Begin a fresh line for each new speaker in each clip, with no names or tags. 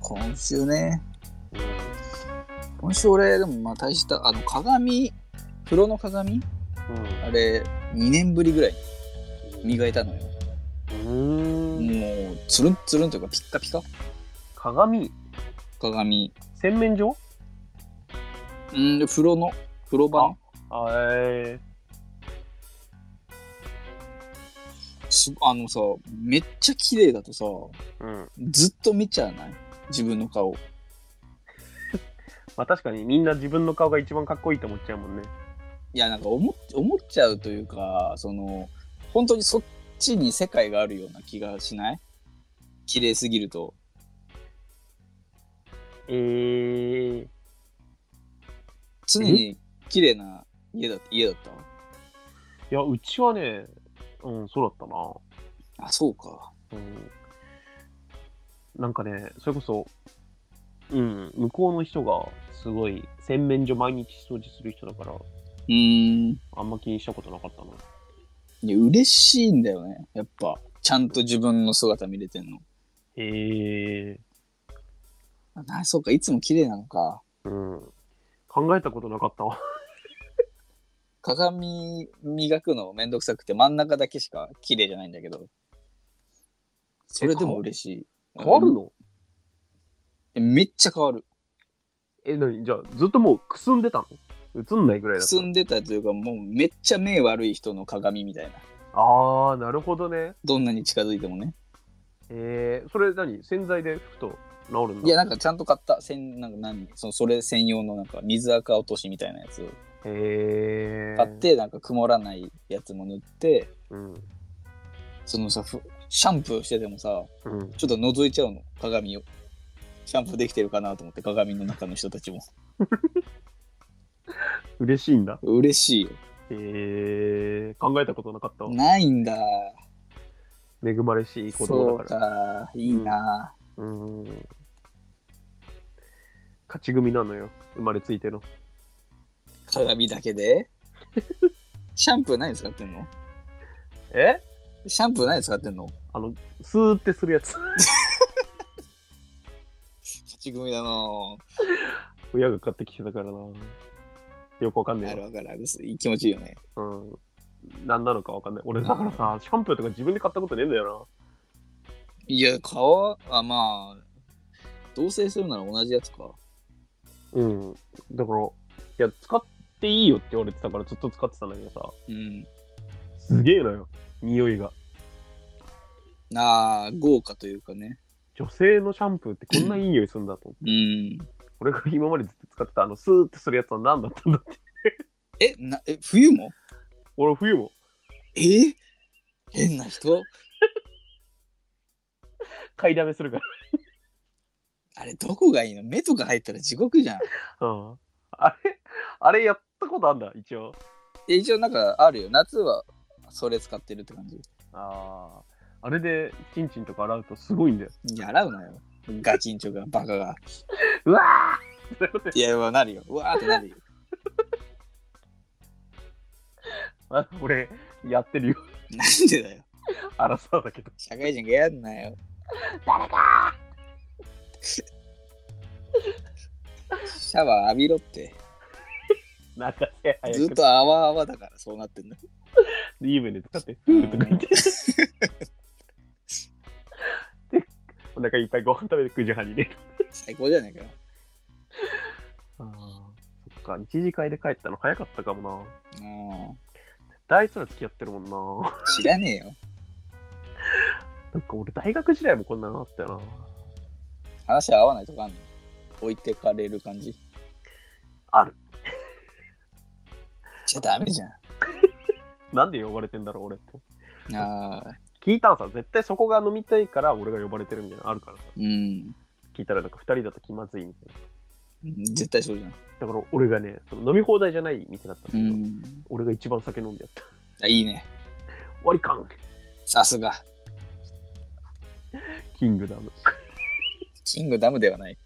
今週ね。今週俺、でもまあ大した、あの、鏡、風呂の鏡あれ、2年ぶりぐらいに磨いたのよ。
うん。うーん。
もう、つるんつるんというか、ピッカピカ
鏡
鏡。
洗面所
うん、で風呂の、風呂場
あえ
すあのさ、めっちゃ綺麗だとさ、
ー。うん。
ずっと見ちゃわない自分の顔。
まあ確かにみんな自分の顔が一番かっこいいと思っちゃうもんね。
いや、なんか思っ思っちゃうというか、その、本当にそっちに世界があるような気がしない綺麗すぎると。
えー。
常に綺麗な家だ家だっ
いや、うちはね、うん、そうだったな。
たあ、そうか。
うんなんかね、それこそ、うん、向こうの人がすごい洗面所毎日掃除する人だから、
うーん。
あんま気にしたことなかったな。
いや、嬉しいんだよね。やっぱ、ちゃんと自分の姿見れてんの。
へえ。
あなそうか、いつも綺麗なのか。
うん。考えたことなかったわ。
鏡磨くのめんどくさくて真ん中だけしか綺麗じゃないんだけど。それでも嬉しい。
変わるの
うんめっちゃ変わる。
え、なにじゃあ、ずっともうくすんでたの映んないぐらいだった。
住んでたというか、もうめっちゃ目悪い人の鏡みたいな。
あー、なるほどね。
どんなに近づいてもね。
えー、それ何洗剤で拭くと治るんだ
いや、なんかちゃんと買った、せんなんか何そのそれ専用のなんか水垢落としみたいなやつを
へえ。
買って、なんか曇らないやつも塗って、
うん。
そのさ、ふシャンプーしててもさ、
うん。
ちょっと覗いちゃうの、鏡を。シャンプーできてるかなと思って、鏡の中の人たちも。
嬉しいんだ。
嬉しいよ。
へえ。考えたことなかったわ。
ないんだ。
恵まれしい子
そ
供
う
だから。
か、いいな。
うーん。勝ち組なのよ、生まれついての。
鏡だけ で。シャンプー何使ってんの
え
シャンプー何使ってんの
あの、スーってするやつ。
勝ち組だなぁ。
親が買ってきてたからな。よくわかんね
あ
え
る
よ。
わかるわかる。気持ちいいよね。
うん。何なのかわかんない。俺、だからさ、シャンプーとか自分で買ったことねえんだよ
いや、顔は、あ、まあ、同棲するなら同じやつか。
な。うん。だから、いや、使っていいよって言われてたからずっと使ってたんだけどさ、
うん。
すげえのよ、匂いが。
ああ、豪華というかね。
女性のシャンプーってこんないい匂いするんだと思って。
うん。
俺が今までずっと使ってたあの、スーってするやつは何だったんだって。
え、な、え、冬も
俺、冬も
え変な人
買いだめするから。
あれ、どこがいいの目とか入ったら地獄じゃん。
うんあれ、あれやったことあんだ、一応。
え一応なんかあるよ。夏はそれ使ってるって感じ。
ああ。あれで、チンチンとか洗うとすごいんだよ。
いや、洗うなよ。ガキンチョが、バカが。
うわー
いや、まあなるよ。うわーってなるよ。
あ俺、やってるよ。
なんでだよ。
荒さだけど。
社会人がやんなよ。
誰か
シャワー浴びろって。
なんかね、
ず
早
っ
く。
と泡泡だからそうなってんだ。
いい胸使って、ふーとか言 って。でお腹いっぱいご飯食べて9時半にね。
最高じゃないかよ。
ああ。そっか、一次会で帰ったの早かったかもな。
うん
大すら付き合ってるもんな。
知らねえよ。
なんか俺、大学時代もこんなのあったよな。
話合わないとかあんの置いてかれる感じ
ある。
じゃダメじゃ
なんで呼ばれてんだろう、俺って。
ん。ああ、
聞いたのさ絶対そこが飲みたいから俺が呼ばれてるみたいなのあるからさ
うん。
聞いたらなんか2人だと気まずいみたい
絶対そうじゃん。
なだから俺がねその飲み放題じゃない店だったんだ
う
けど、
ん。
俺が一番酒飲んでやった
あいいね。
割り勘
さすが。
キングダム
キングダムではない。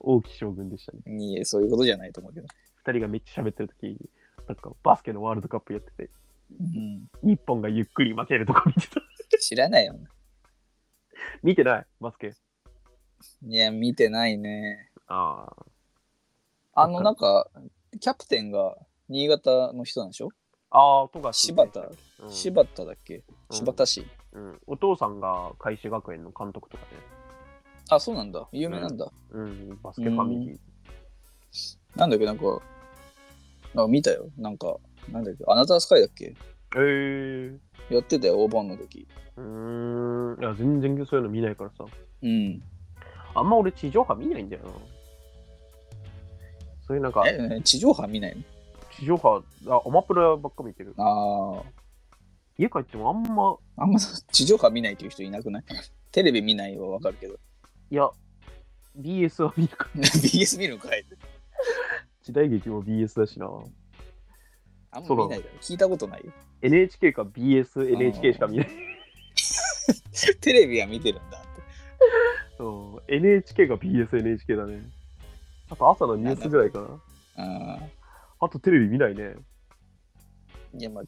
王毅将軍でしたね
いいえ、そういうことじゃないと思うけど。
2人がめっちゃ喋ってる時なんかバスケのワールドカップやってて
うん、
日本がゆっくり負けるとか見てた
知らないよ。
見てないバスケ
いや、見てないね。
ああ。
あの、なんか、キャプテンが新潟の人なんでしょ
ああ、とが
柴田、柴田だっけ
うん
柴田市。
うん。お父さんが海士学園の監督とかね。
あ、そうなんだ。有名なんだ。
うん、バスケファミリー。
なんだっけ、なんか、なんか見たよ。なんか、なんだっけ、アナザースカイだっけ
え
やってたよ、大盤の時。
えー。うーん。いや、全然そういうの見ないからさ。
うん。
あんま俺地上波見ないんだよな。そういうなんか、
え、地上波見ない
地上波、あ、アマプラばっか見てる。
のあ
家帰ってもあんま、
あ、あんま地上波見ないという人いなくない テレビ見ないはわかるけど。
いや、BS は見るから。
BS 見るんかい
時代劇も BS だしな。
あんま見ないだろ。聞いたことないよ。
NHK か BS、NHK しか見ない。
テレビは見てるんだって。
うん、NHK が BS、NHK だね。あと朝のニュースぐらいかな。
あ
あとテレビ見ないね。
ーいや、まあ、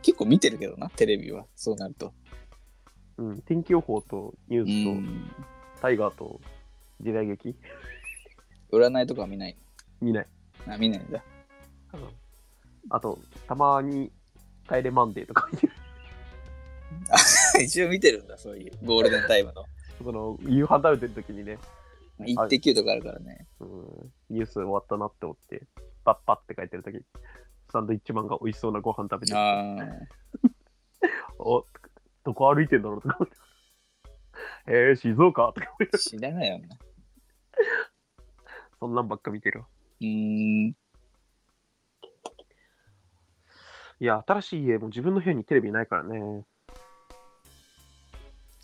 結構見てるけどな、テレビは。そうなると。
うん、天気予報とニュ
う
ース
ん。
と、タイガーと時代劇
占いとかは見ない。
見ない。
あ、見ないんだ。
うんあと、たまに帰れマンデーとか見てる。
一応見てるんだ、そういうゴールデンタイムの。
その、夕飯食べてる時にね、
1.9とかあるからね。
うん、ニュース終わったなって思って、パッパって書いてる時サンドイッチマンが美味しそうなご飯食べてる、
あ
おどこ歩いてんだろうとか思って。えー、静岡とか思いなが
あ、知らないよな。
らそんなんばっか見てるわ。
うーん。
いや、新しい家も自分の部屋にテレビないからね。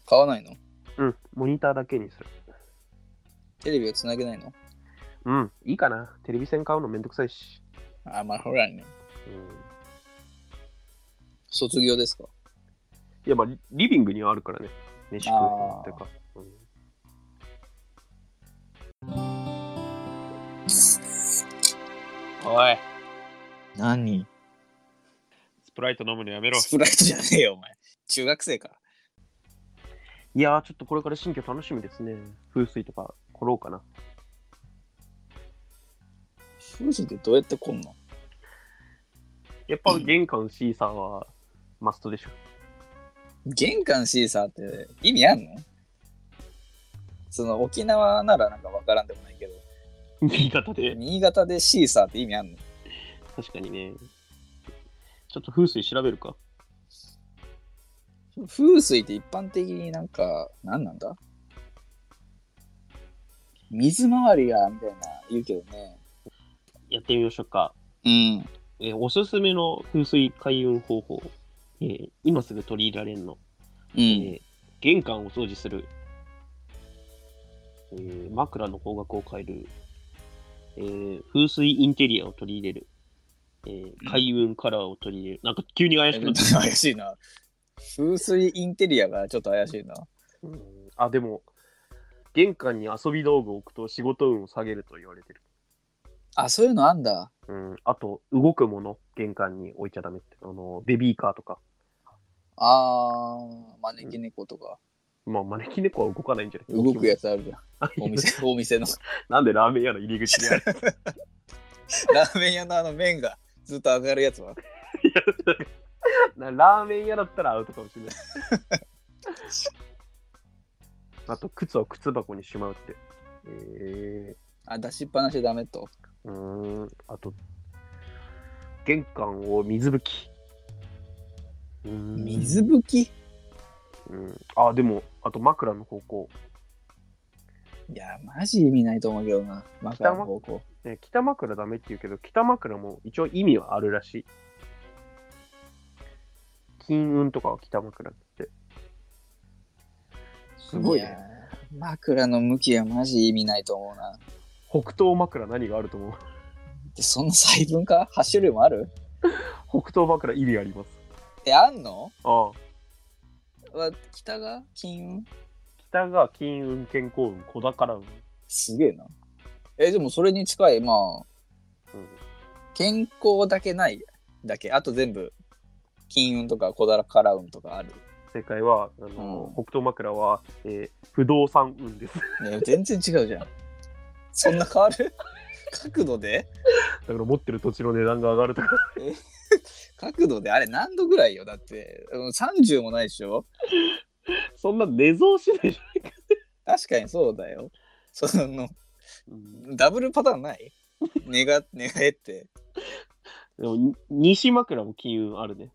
買わないの
うん、モニターだけにする。
テレビをつなげないの
うん、いいかな。テレビ線買うのめんどくさいし。
あ、まあ、ほらね。
うん、
卒業ですか
いや、まあ、リリビングにはあるからね。飯食う部屋っていうか。うんおい、
何
スプライト飲むのやめろ。
スプライトじゃねえよ、お前。中学生か。
いやー、ちょっとこれから新居楽しみですね。風水とか来ろうかな。
風水ってどうやって来んの
やっぱ玄関シーサーはマストでしょ。
玄関シーサーって意味あんのその沖縄ならなんかわからんでもないけど、
新潟で。
新潟でシーサーって意味あんの
確かにね。ちょっと風水調べるか。
風水って一般的になんか何なんだ水回りがみたいな言うけどね
やってみましょうか。
うん
えーおすすめの風水開運方法。えー今すぐ取り入れられるの。
う
え
ん
ー玄関を掃除する。えー枕の方角を変える。えー風水インテリアを取り入れる。えー開運カラーを取り入れる。なんか急に怪しくなった。
怪しいな風水インテリアがちょっと怪しいな
うんあ、でも、玄関に遊び道具を置くと仕事運を下げると言われてる。
あそういうのあんだ
うん、あと、動くもの、玄関に置いちゃダメって。あの、ベビーカーとか。
あー招き猫とか、
まあ、招き猫は動かないんじゃない
動くやつあるじゃん
あ
お店 お店の
なんでラーメン屋の入り口にある
ラーメン屋のあの麺がずっと上がるやつはい
や なラーメン屋だったらアウトかもしれない。 あと、靴を靴箱にしまうって。え
あ出しっぱなしダメと
ー、うーん。あと、玄関を水拭き。うーん
水拭き
うん、あ、でも、あと枕の方向。
いやマジ意味ないと思うけどな枕の方向
ね、北枕ダメって言うけど、北枕も一応意味はあるらしい。金運とかは北枕って。すごい
や
ね。
枕の向きはマジ意味ないと思うな。
北東枕何があると思う
で、そんな細分か ?8 種類もある
北東枕意味あります。
え、あんの
ああ。
は北が金運
北が金運、健康運、小宝運。
すげえな。え、でもそれに近い、ま
うん
あ、健康だけないだけ。あと全部、金運とか小だらから運とかある。
正解は、あの、北東枕は、えー不動産運です。
ね全然違うじゃん。そんな変わる 角度で
だから持ってる土地の値段が上がるとか。
角度であれ何度ぐらいよだってうん30もないでしょ
そんな寝相しないじ
確かにそうだよ。その
ゃん。
ダブルパターンない寝 が寝返って。
でも、に西枕も金運あるね。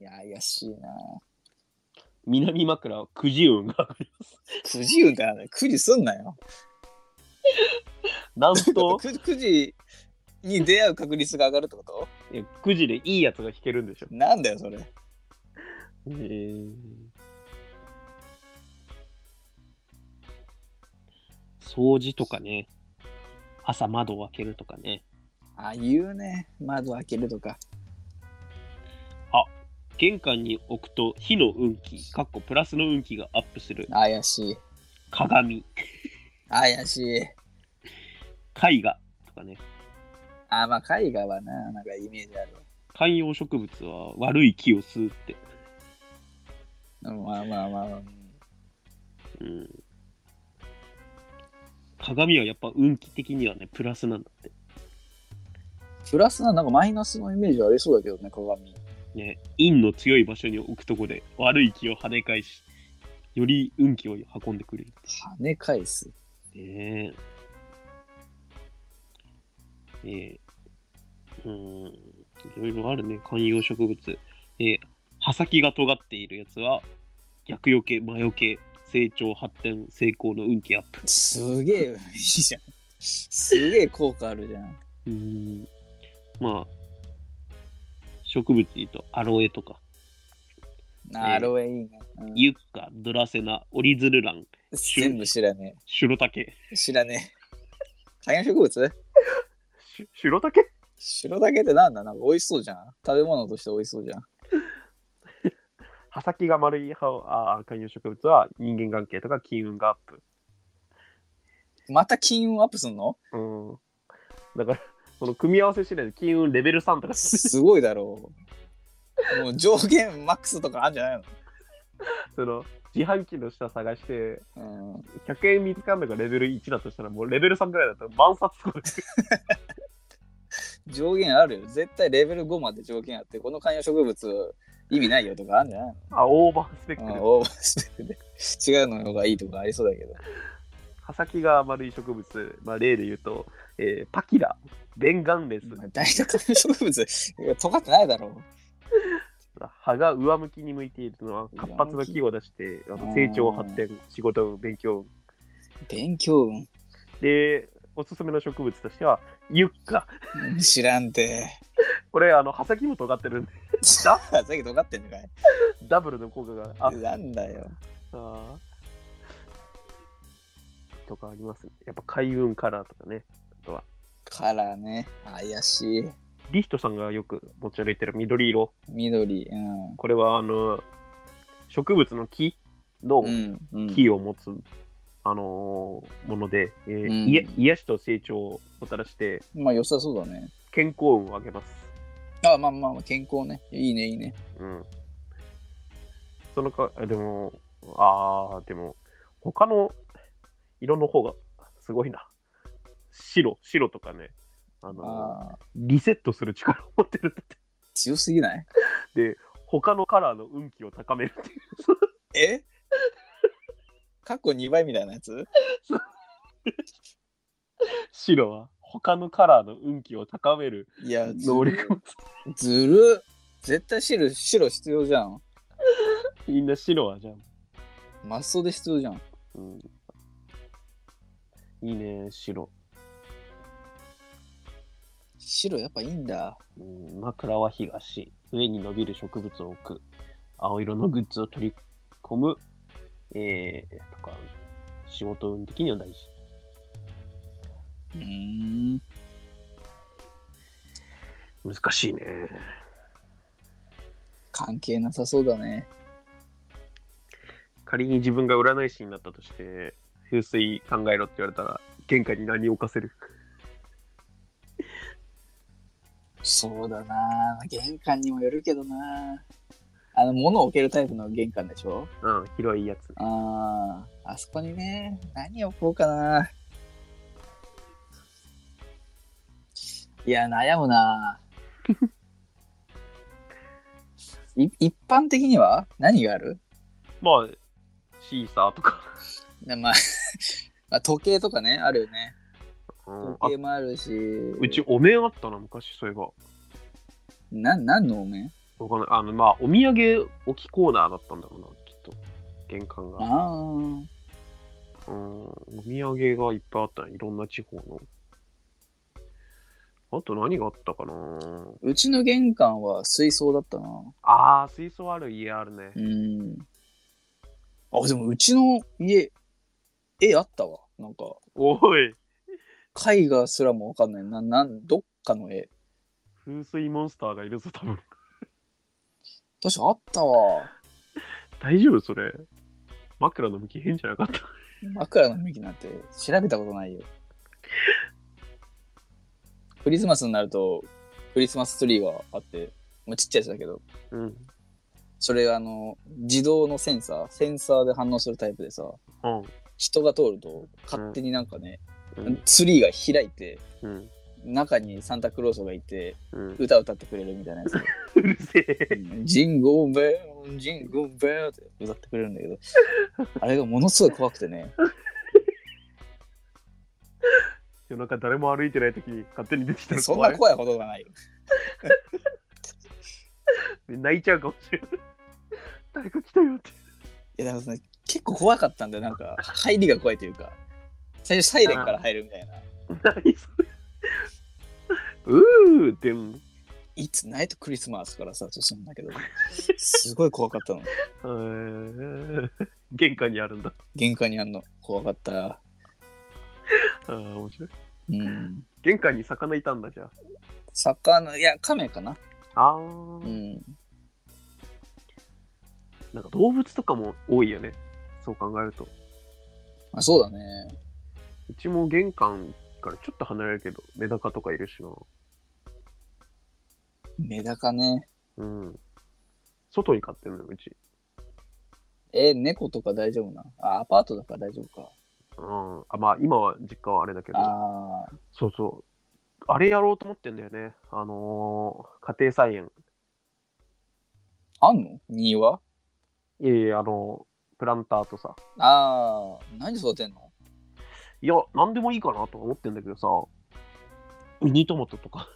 いや怪しいな。
南枕はくじ運が ある。
9時運から9時すんなよ。
南東
9, 時に出会う確率が上がるってこと
いやくじでいいやつが引けるんでしょ。
なんだよそれ。
えー掃除とかね。朝窓を開けるとかね。
あ言うね窓開けるとか。
玄関に置くと火の運気、かっこプラスの運気がアップする。
怪しい。
鏡、
怪しい。
絵画とかね。
あまあ絵画はななんかイメージあるわ。
観葉植物は悪い木を吸うって。
うんまあまあまあまあ。
うん、鏡はやっぱ運気的にはね、プラスなんだって。
プラスななんかマイナスのイメージありそうだけどね鏡。
ね、陰の強い場所に置くとこで悪い気を跳ね返し、より運気を運んでくれる。
跳ね返す。
ねえ。ええうん、いろいろあるね、観葉植物。ええ葉先が尖っているやつは、逆よけ、魔よけ、成長、発展、成功の運気アップ。
すげえいいじゃん。すげえ効果あるじゃん。
うーんまあ、植物で言うとアロエとか、
なるほどいいね。うん
ユッカ、ドラセナ、オリズルラン、
全部知らね
シュロタケ。
え。知らねえ。観葉植物
シュロタケ
白だけってなんだなんか美味しそうじゃん。食べ物として美味しそうじゃん。
葉先が丸い葉をあー観葉植物は人間関係とか金運がアップ。
また金運アップすんの
うん。だから、その組み合わせ次第で金運レベル3とか、
すごいだろう。もう上限マックスとかあるんじゃない
その自販機の下探して、
の、うん、
100円見つかんのがレベル1だとしたら、もうレベル3ぐらいだったら万冊とか
上限あるよ。絶対レベル5まで上限あって、この観葉植物意味ないよとかあるんじゃない
あ、オーバース ペック
の、うん、
で。
オーバースペックで違うのがいいとかありそうだけど。
葉先が丸い植物、まあ、例で言うと、えーパキラ、ベンガンレス、
大学の植物、いや尖ってないだろう。
葉が上向きに向いているのは活発な木を出して、あの成長、発展、仕事、勉強。
勉強運
で、おすすめの植物としては、ユッカ。
知らんて。
これ、あの葉先も尖ってるんで、 ダ
さっき尖ってんのかい
ダブルの効果があった
なんだよ。
とかありますね。やっぱ海運カラーとかね。あとは、
からね、怪しい。
リヒトさんがよく持ち歩いてる緑色。
緑、うん。
これは、あの、植物の木の、
うん、うん。
キーを持つ、あのーもので、えー
うん
いや癒しと成長をもたらして
まあ良さそうだね。
健康運を上げます、
あまあまあまあ、健康ね。いいね、いいね。
うん、そのかあでもあーでも他の色の方がすごいな白白とかねあのー
ああ、
リセットする力を持ってるんだって
強すぎない
他のカラーの運気を高めるっていう
え過去2倍みたいなやつ
白は他のカラーの運気を高める
いや、ず
能力
る。ずる絶対白、白必要じゃん。
みんな白はじゃあ
マッソで必要じゃん。
うんいいね、白。
白やっぱいいんだ。
うん、枕は東。上に伸びる植物を置く。青色のグッズを取り込む。えー、とか、仕事運的には大事。
うーん。
難しいね。
関係なさそうだね。
仮に自分が占い師になったとして、風水考えろって言われたら、玄関に何を置かせる
そうだな。玄関にもよるけどな。あの、物を置けるタイプの玄関でしょ
うん、広いやつ。
ああ、あそこにね、何を置こうかな。いや、悩むな。い一般的には何がある
まあ、シーサーとか。
なまあ まあ、時計とかね、あるよね。
うん、あ
時計もあるし。
う
う
ち、お面あったな、昔、そういえば。
な何のお面
わかんない。あの、まあ、お土産置きコーナーだったんだろうな、きっと。玄関が。
あ
うん、お土産がいっぱいあったね、いろんな地方の。あと何があったかな
ーうちの玄関は水槽だったな。
ああ、水槽ある家あるね
う。ん。あ、でもうちの家、絵あったわ。なんか、
おい、
絵画すらもわかんない。な、なん、どっかの絵。
風水モンスターがいるぞ、多分。
確かあったわ。
大丈夫それ。枕の向き変じゃなかった。
枕の向きなんて調べたことないよ。クリスマスになると、クリスマスツリーがあって、まあ、ちっちゃいやつだけど、
うん。
それがあの、自動のセンサー、センサーで反応するタイプでさ、
うん。
人が通ると勝手になんかね、
うん。
ツリーが開いて、
うん。
中にサンタクロースがいて、
うん、
歌歌ってくれるみたいなやつ。
うるせえ。
うんジンゴーベル、ジンゴーベルって歌ってくれるんだけど、あれがものすごい怖くてね、
夜中誰も歩いてない時に勝手に出てきたら
そん
怖。
ない怖いことがないよ。
泣いちゃうかもしれない。 誰か来たよって。
いやだからね、結構怖かったんだよ、なんか、入りが怖いというか、最初サイレンから入るみたいな。
何それ。 うーって うん。
いつナイトクリスマスからさ、するんだけど、すごい怖かったの。
えー玄関にあるんだ。
玄関にあんの、怖かった。
あー面白い。
うん。
玄関に魚いたんだじゃ
魚、いや、亀かな。
あ。あ
う
ー
ん。
なんか動物とかも多いよね。そう考えると。
あ、そうだね。
うちも玄関からちょっと離れるけど、メダカとかいるしな。
メダカね。
うん。外に飼ってるのよ、うち。
え、猫とか大丈夫な。あ、アパートだから大丈夫か。
うん。あ、まあ、今は実家はあれだけど。
ああ、
そうそう。あれやろうと思ってんだよね。あのー家庭菜園。
あんの庭
いえいえ、あのープランターとさ。
ああ、何育てんの
いや、なんでもいいかなと思ってんだけどさ。ミニトマトとか。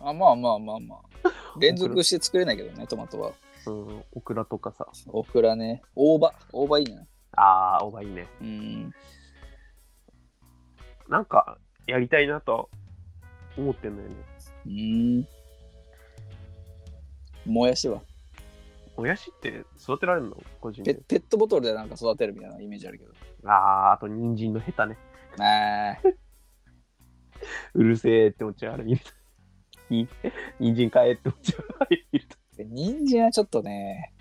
あ、まあまあまあま あ。連続して作れないけどね、トマトは。
うん、オクラとかさ。
オクラね。大葉。大葉いいね。
ああ、おばいいね。
うん。
なんか、やりたいなと思ってんだよね。
うん。もやしは。
もやしって育てられるの個人
ペ
で。
ペットボトルでなんか育てるみたいなイメージあるけど。
ああ、あと人参のヘタね。
ああ、
うるせえって思っちゃう。あれ見ると。に 人参買えって思っちゃう。あれ見ると。
人参はちょっとね。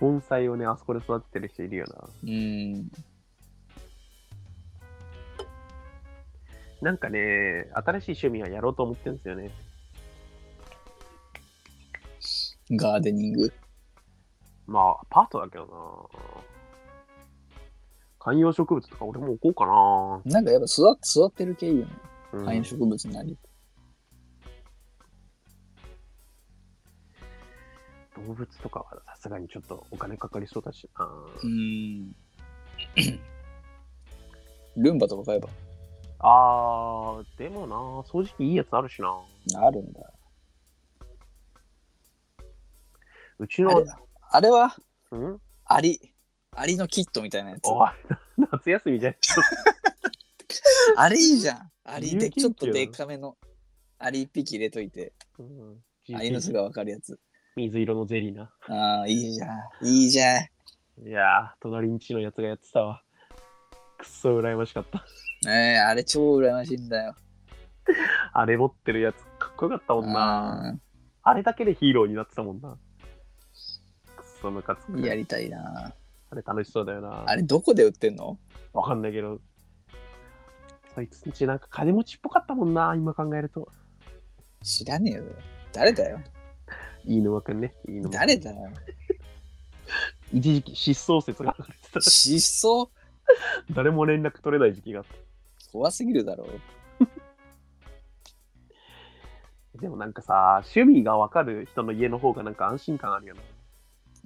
根菜をね、あそこで育ててる人いるよな。
うん。
なんかね、新しい趣味はやろうと思ってるんですよね。
ガーデニング。
まあ、アパートだけどな。観葉植物とか俺も置こうかな。
なんかやっぱ育て育てる系いいよね。
うん
観葉植物になり。
動物とかはさすがにちょっとお金かかりそうだしな。
うん。 ルンバとか買えば。
あー、でもな、掃除機いいやつあるしな。
あるんだ。
うち
あ
の
れ、あれは
うん
アリ。アリのキットみたいなやつ。
おい、 夏休みじゃん。
あれいいじゃん。アリ
有
で
機
ちょっと
ってい
で
うの
かめの。アリ一匹入れといて、
うん
アリの巣がわかるやつ。
水色のゼリーな。
ああ、いいじゃん。いいじゃん。
いやー、隣んちのやつがやってたわ。くっそ羨ましかった。
ねえ、あれ超羨ましいんだよ。
あれ持ってるやつかっこよかったもんな。
あ
あれだけでヒーローになってたもんな。くっそムカつ
ーや
く。
りたいな。
あれ楽しそうだよな
あ。れどこで売ってんの
わかんないけど。そいつんちなんか金持ちっぽかったもんな、今考えると。
知らねえよ。誰だよ。
飯沼くんね。飯沼
誰だよ。
一時期失踪説が流れてた。
失踪
誰も連絡取れない時期があっ
怖すぎるだろう。
た。でもなんかさ、趣味がわかる人の家の方がなんか安心感あるよね。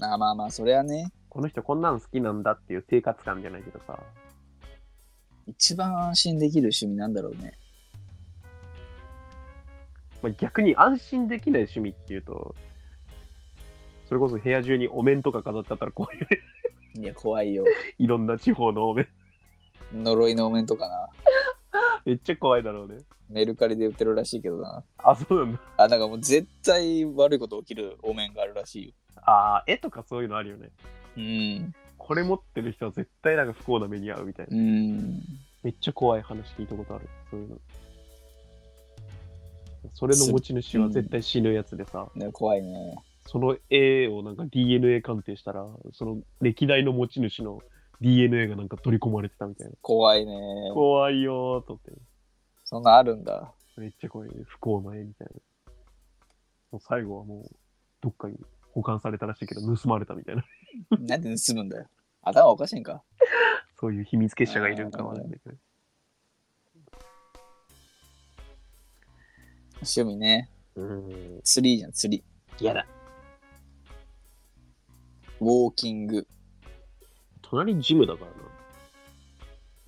あまあまあ、それはね、
この人こんなん好きなんだっていう生活感じゃないけどさ。
一番安心できる趣味なんだろうね。
まあ、逆に安心できない趣味っていうと、それこそ部屋中にお面とか飾ってあったら、こう いう
いや、怖いよ。
いろんな地方のお面、
呪いのお面とかな。
めっちゃ怖いだろうね。
メルカリで売ってるらしいけどな。
あ、そうなんだ。
あ、なんかもう絶対悪いこと起きるお面があるらしいよ。
あー絵とかそういうのあるよね。
うん。
これ持ってる人は絶対なんか不幸な目に遭うみたいな。
うん。
めっちゃ怖い話聞いたことある。そういうの。それの持ち主は絶対死ぬやつでさ、
ね、怖いね。
その絵をなんか DNA 鑑定したら、その歴代の持ち主の DNA がなんか取り込まれてたみたいな。
怖いね。
怖いよーと思って。
そんなんあるんだ。
めっちゃ怖い、不幸な絵みたいな。もう最後はもう、どっかに保管されたらしいけど、盗まれたみたいな。
なんで盗むんだよ。 頭おかしいんか。
そういう秘密結社がいるんかもね。
趣味ね。
うん。
釣りじゃん、釣り。
嫌だ。
ウォーキング。
隣ジムだからな。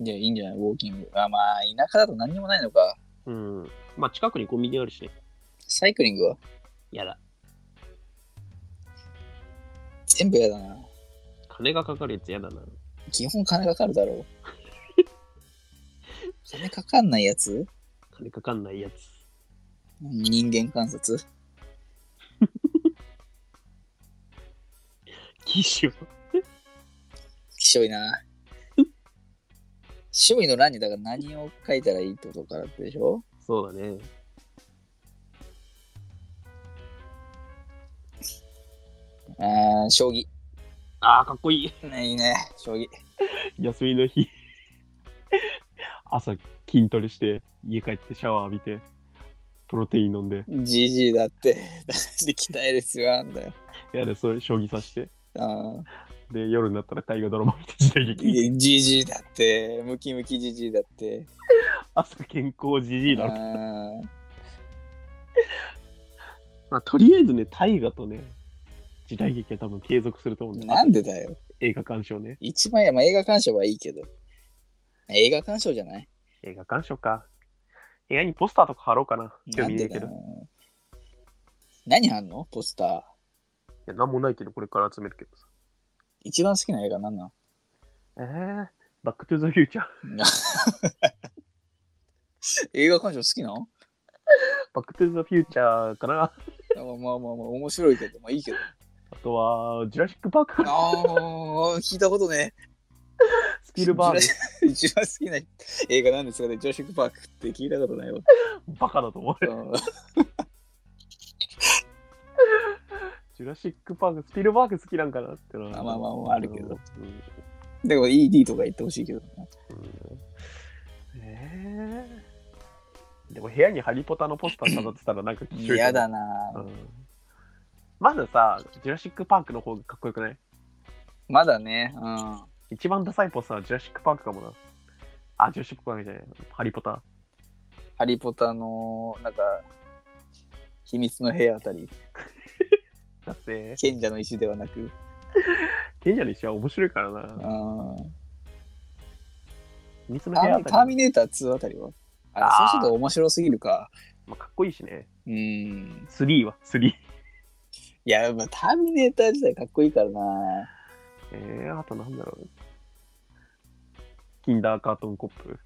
いや、いいんじゃないウォーキング。あ、まあ、田舎だと何にもないのか。
うん。まあ、近くにコンビニあるしね。
サイクリングは
嫌だ。
全部やだな。
金がかかるやつ嫌だな。
基本金かかるだろう。金かかんないやつ
金かかんないやつ。
人間観察
キッシュ。
きしょいな。趣味の欄にだから何を書いたらいいってことからってでしょ
そうだね。
あー将棋。
ああ、かっこいい。
ねいいね、将棋。
休みの日。朝筋トレして、家帰ってシャワー浴びて、プロテイン飲んで、
じじいだって、 だって鍛える必要あんだよ。
やで、それ将棋さして、
あ
で、夜になったら大河ドラマ見て時代劇。
ーじじいだって、ムキムキじじいだって。
朝健康じじいだろ。
あー
まあ、とりあえずね、大河とね、時代劇は多分継続すると思うんだよ。
なんでだよ。
映画鑑賞ね。
一番や、まあ、映画鑑賞はいいけど。映画鑑賞じゃない
映画鑑賞か。部屋にポスターとか貼ろうかな。興
な
味
ん
な
で
いけ
だ
ど。い
よ。何あんのポスター。
や、なんもないけど、これから集めるけどさ。
一番好きな映画なんなん
えー、バックトゥザフューチャー。
映画鑑賞好きなの
バックトゥザフューチャーかな。
まあまあまあ、面白いけど、まあいいけど。
あとは、ジュラシック・パーク。
ああ、聞いたことね。
スピルバー
グ。一番好きな映画なんですかね、ジョシック・パークって聞いたことないわ。
グ。バカだと思う。
う
ジュラシック・パーク、スピルバーグ好きなんかなってのは。
まあまあまあまああるけど
うん。
んでも ED とか言ってほしいけどな。
うんえーでも部屋にハリポタのポスター飾ってたらなんかきしょいか
嫌
な
だな。
うんまずさ、ジュラシック・パークの方がかっこよくない
まだね。うん。
一番ダサいポスターはジュラシック・パークかもな。あ、ジュラシック・パークじゃない。ハリポタ。
ハリポタの、なんか、秘密の部屋あたり、
だって、
賢者の石ではなく、
賢者の石は面白いからな。
うん。
秘密の
タ
部屋あ
ーター
た
ミ
り、
ネーター2あたりはあれ
あー
そうすると面白すぎるか。
まあ、かっこいいしね。
うん。
3は、3。
いや、まあ、ターミネーター自体かっこいいからな。
えー、あとなんだろう。キンダーカートンコップ。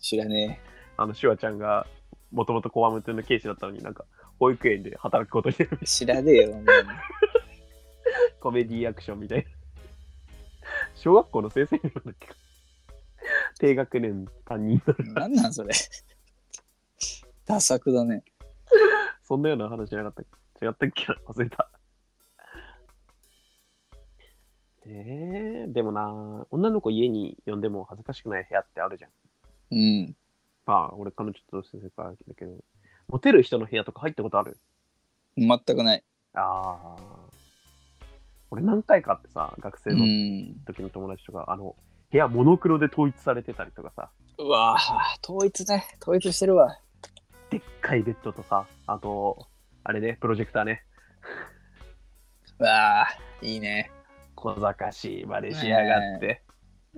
知らね
あの、シュワちゃんが、もともとコアムテの刑事だったのになんか、保育園で働くことになる
え。。知らねえよ、そんなの
コメディアクションみたいな。小学校の先生なんだっけ低学年担任の
なんなんそれ。ダサ作だね。
そんなような話じゃなかったっけ違ったっけな忘れた。えー、でもな、女の子家に呼んでも恥ずかしくない部屋ってあるじゃん。
うん。
まあ、俺彼女と同棲するからあれだけど、モテる人の部屋とか入ったことある
全くない。
ああ。俺何回かあってさ、学生
う
の
ん。
時の友達とか、あの、部屋モノクロで統一されてたりとかさ、
うわぁ、統一ね。統一してるわ。
でっかいベッドとさ、あと、あれね、プロジェクターね、
うわぁ、いいね。
小賢しいまでしやがって、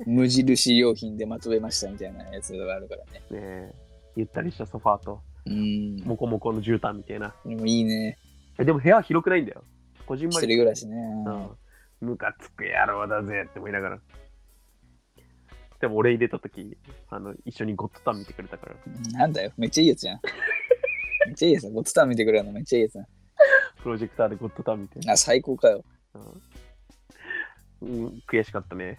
無印良品でまとめましたみたいなやつがあるからね。
ねえゆったりしたソファーと、
うん。
モコモコの絨毯みたいな。
でもいいね。
えでも部屋は広くないんだよ。こじん
一
ま
人
り。
暮らしね。
うん。ムカつく野郎だぜって思いながら。でも俺入れた時あの一緒にゴッドタン見てくれたから
なんだよ、めっちゃいいやつじゃん。めっちゃいいやつだ。ゴツタン見てくれるのめっちゃいいやつだ。
プロジェクターでゴッドタン見て、
あ、最高かよ。
うんうん、悔しかったね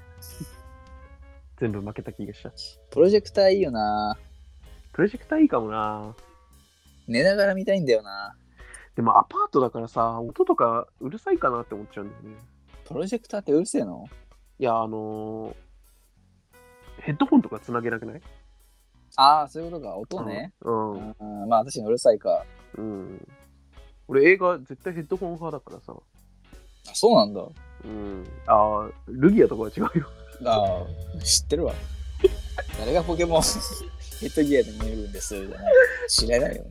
全部負けた気がした
プロジェクターいいよな。
プロジェクターいいかもな
寝ながら見たいんだよな。
でもアパートだからさ音とかうるさいかなって思っちゃうんだよね
プロジェクターってうるせえの
いやあのーヘッドホンとかつなげなくない
ああ、そういうことか。音ね。
うん、
う
うん
ん、まあ、確かにうるさいか。
うん、俺映画絶対ヘッドホン派だからさ
あそうなんだ。
うん、あールギアとかは違うよ。
ああ、知ってる わ。誰がポケモンヘッドギアで見えるんですじゃない。知らないよね。